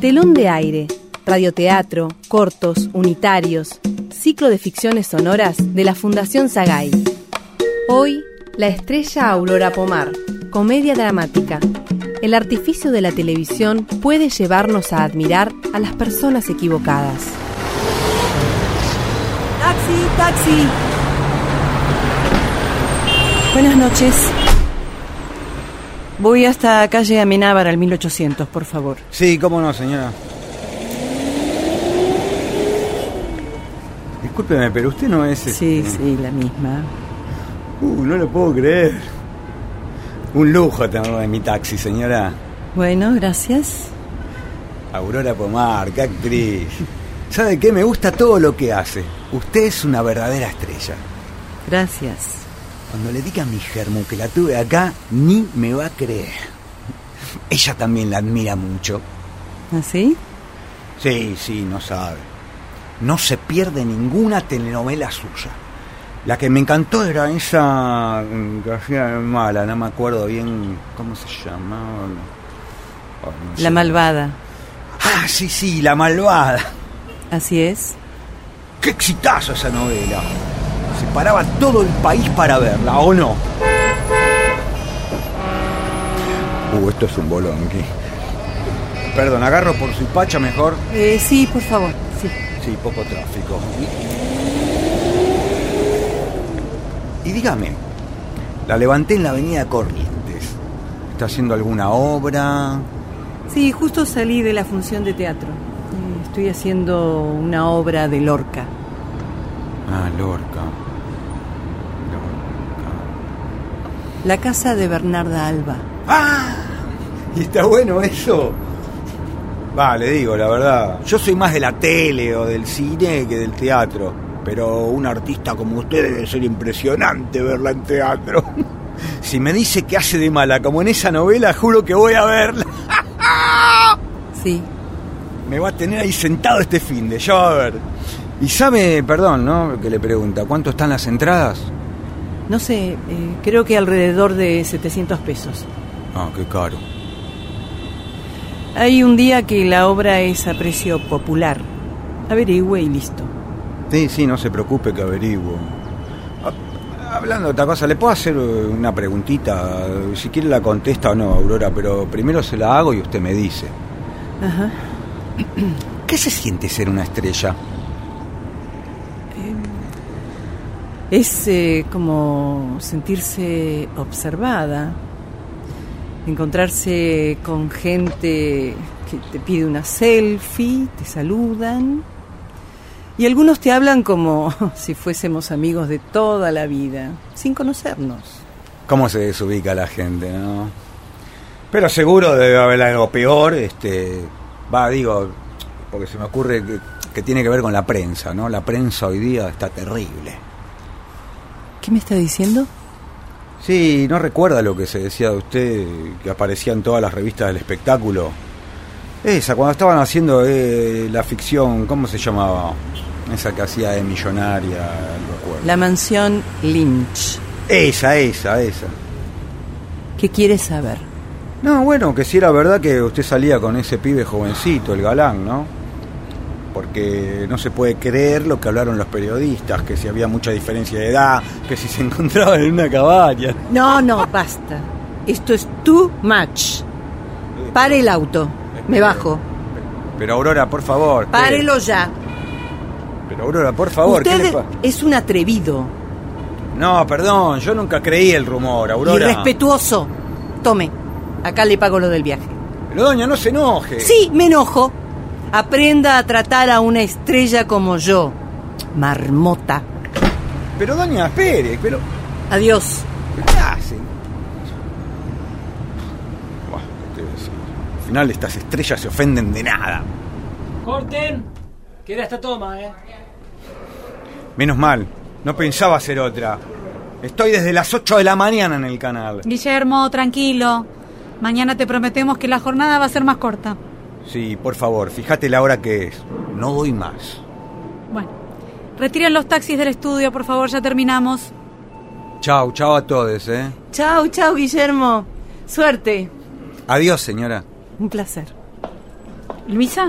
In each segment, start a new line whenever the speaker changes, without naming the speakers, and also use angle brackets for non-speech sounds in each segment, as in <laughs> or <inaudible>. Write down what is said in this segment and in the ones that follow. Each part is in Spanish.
Telón de aire, radioteatro, cortos, unitarios, ciclo de ficciones sonoras de la Fundación Sagay. Hoy, La estrella Aurora Pomar, comedia dramática. El artificio de la televisión puede llevarnos a admirar a las personas equivocadas.
¡Taxi, taxi! Buenas noches. Voy hasta calle Amenábar al 1800, por favor.
Sí, cómo no, señora. Discúlpeme, pero usted no es...
Sí,
este-
sí, la misma.
Uh, no lo puedo creer. Un lujo tenerlo en mi taxi, señora.
Bueno, gracias.
Aurora Pomar, qué actriz. ¿Sabe qué? Me gusta todo lo que hace. Usted es una verdadera estrella.
Gracias.
Cuando le diga a mi germu que la tuve acá, ni me va a creer. Ella también la admira mucho.
¿Así?
Sí, sí, no sabe. No se pierde ninguna telenovela suya. La que me encantó era esa mm, que hacía de mala, no me acuerdo bien cómo se llamaba. Oh, no sé.
La malvada.
Ah, sí, sí, La Malvada.
Así es.
¡Qué exitazo esa novela! Se paraba todo el país para verla, ¿o no? Uh, esto es un bolonqui. Perdón, agarro por su pacha mejor.
Eh, sí, por favor. Sí.
Sí, poco tráfico. Y dígame, la levanté en la avenida Corrientes. ¿Está haciendo alguna obra?
Sí, justo salí de la función de teatro. Eh, Estoy haciendo una obra de Lorca.
Ah, Lorca. Lorca.
La casa de Bernarda Alba.
¡Ah! ¿Y está bueno eso? Va, le digo, la verdad. Yo soy más de la tele o del cine que del teatro. Pero un artista como usted debe ser impresionante verla en teatro. <laughs> Si me dice que hace de mala como en esa novela, juro que voy a verla.
Sí.
Me va a tener ahí sentado este fin de, ya va a ver. Y sabe, perdón, ¿no? Que le pregunta, ¿cuánto están las entradas?
No sé, eh, creo que alrededor de 700 pesos.
Ah, qué caro.
Hay un día que la obra es a precio popular. Averigüe y listo.
Sí, sí, no se preocupe que averiguo. Ha- Hablando de otra cosa, ¿le puedo hacer eh, una preguntita? Si quiere la contesta o no, Aurora, pero primero se la hago y usted me dice.
Ajá.
¿Qué se siente ser una estrella?
Es eh, como sentirse observada, encontrarse con gente que te pide una selfie, te saludan y algunos te hablan como <laughs> si fuésemos amigos de toda la vida, sin conocernos.
¿Cómo se desubica la gente, no? Pero seguro debe haber algo peor, este... Va, digo, porque se me ocurre que, que tiene que ver con la prensa, ¿no? La prensa hoy día está terrible.
¿Qué me está diciendo?
Sí, ¿no recuerda lo que se decía de usted que aparecía en todas las revistas del espectáculo? Esa, cuando estaban haciendo eh, la ficción, ¿cómo se llamaba? Esa que hacía de millonaria, no recuerdo.
La mansión Lynch.
Esa, esa, esa.
¿Qué quieres saber?
No, bueno, que si era verdad que usted salía con ese pibe jovencito, el galán, ¿no? Porque no se puede creer lo que hablaron los periodistas, que si había mucha diferencia de edad, que si se <laughs> encontraban en una cabaña.
No, no, basta. Esto es too much. Pare el auto. Me bajo.
Pero Aurora, por favor. ¿qué?
Párelo ya.
Pero Aurora, por favor, ¿qué
Usted
le pa-
es un atrevido,
No, perdón, yo nunca creí el rumor, Aurora.
irrespetuoso. Tome, acá le pago lo del viaje.
Pero doña, no se enoje.
Sí, me enojo. Aprenda a tratar a una estrella como yo, marmota.
Pero doña, espere, pero...
Adiós.
¿pero ¿Qué hacen? Buah, ¿qué te voy a decir? Al final estas estrellas se ofenden de nada.
Corten, que era esta toma, eh.
Menos mal, no pensaba hacer otra. Estoy desde las 8 de la mañana en el canal.
Guillermo, tranquilo. Mañana te prometemos que la jornada va a ser más corta.
Sí, por favor, fíjate la hora que es. No doy más.
Bueno, retiren los taxis del estudio, por favor, ya terminamos.
Chau, chau a todos, ¿eh?
Chao, chao, Guillermo. Suerte.
Adiós, señora.
Un placer.
Luisa,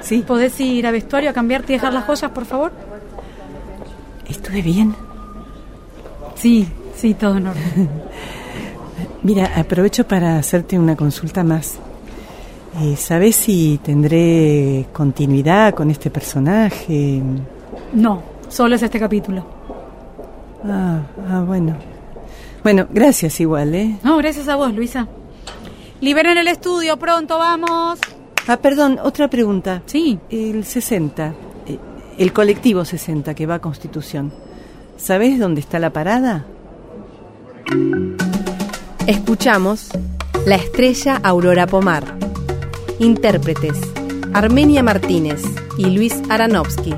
Sí.
¿podés ir a vestuario a cambiarte y dejar las joyas, por favor?
¿Estuve bien?
Sí, sí, todo en orden.
Mira, aprovecho para hacerte una consulta más. Eh, ¿Sabes si tendré continuidad con este personaje?
No, solo es este capítulo.
Ah, ah, bueno. Bueno, gracias igual, ¿eh?
No, gracias a vos, Luisa. Liberen el estudio, pronto, vamos.
Ah, perdón, otra pregunta.
Sí,
El 60, eh, el colectivo 60 que va a Constitución. ¿Sabes dónde está la parada?
Escuchamos La estrella Aurora Pomar. Intérpretes Armenia Martínez y Luis Aranovsky.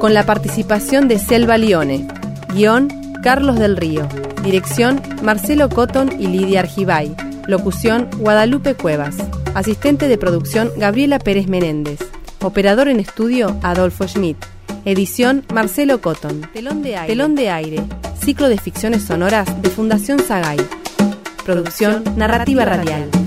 Con la participación de Selva Lione. Guión Carlos del Río. Dirección Marcelo Cotton y Lidia Argibay. Locución Guadalupe Cuevas. Asistente de producción Gabriela Pérez Menéndez. Operador en estudio Adolfo Schmidt. Edición Marcelo Cotton. Telón de aire. Telón de aire. Ciclo de ficciones sonoras de Fundación Sagay. Producción Narrativa Radial.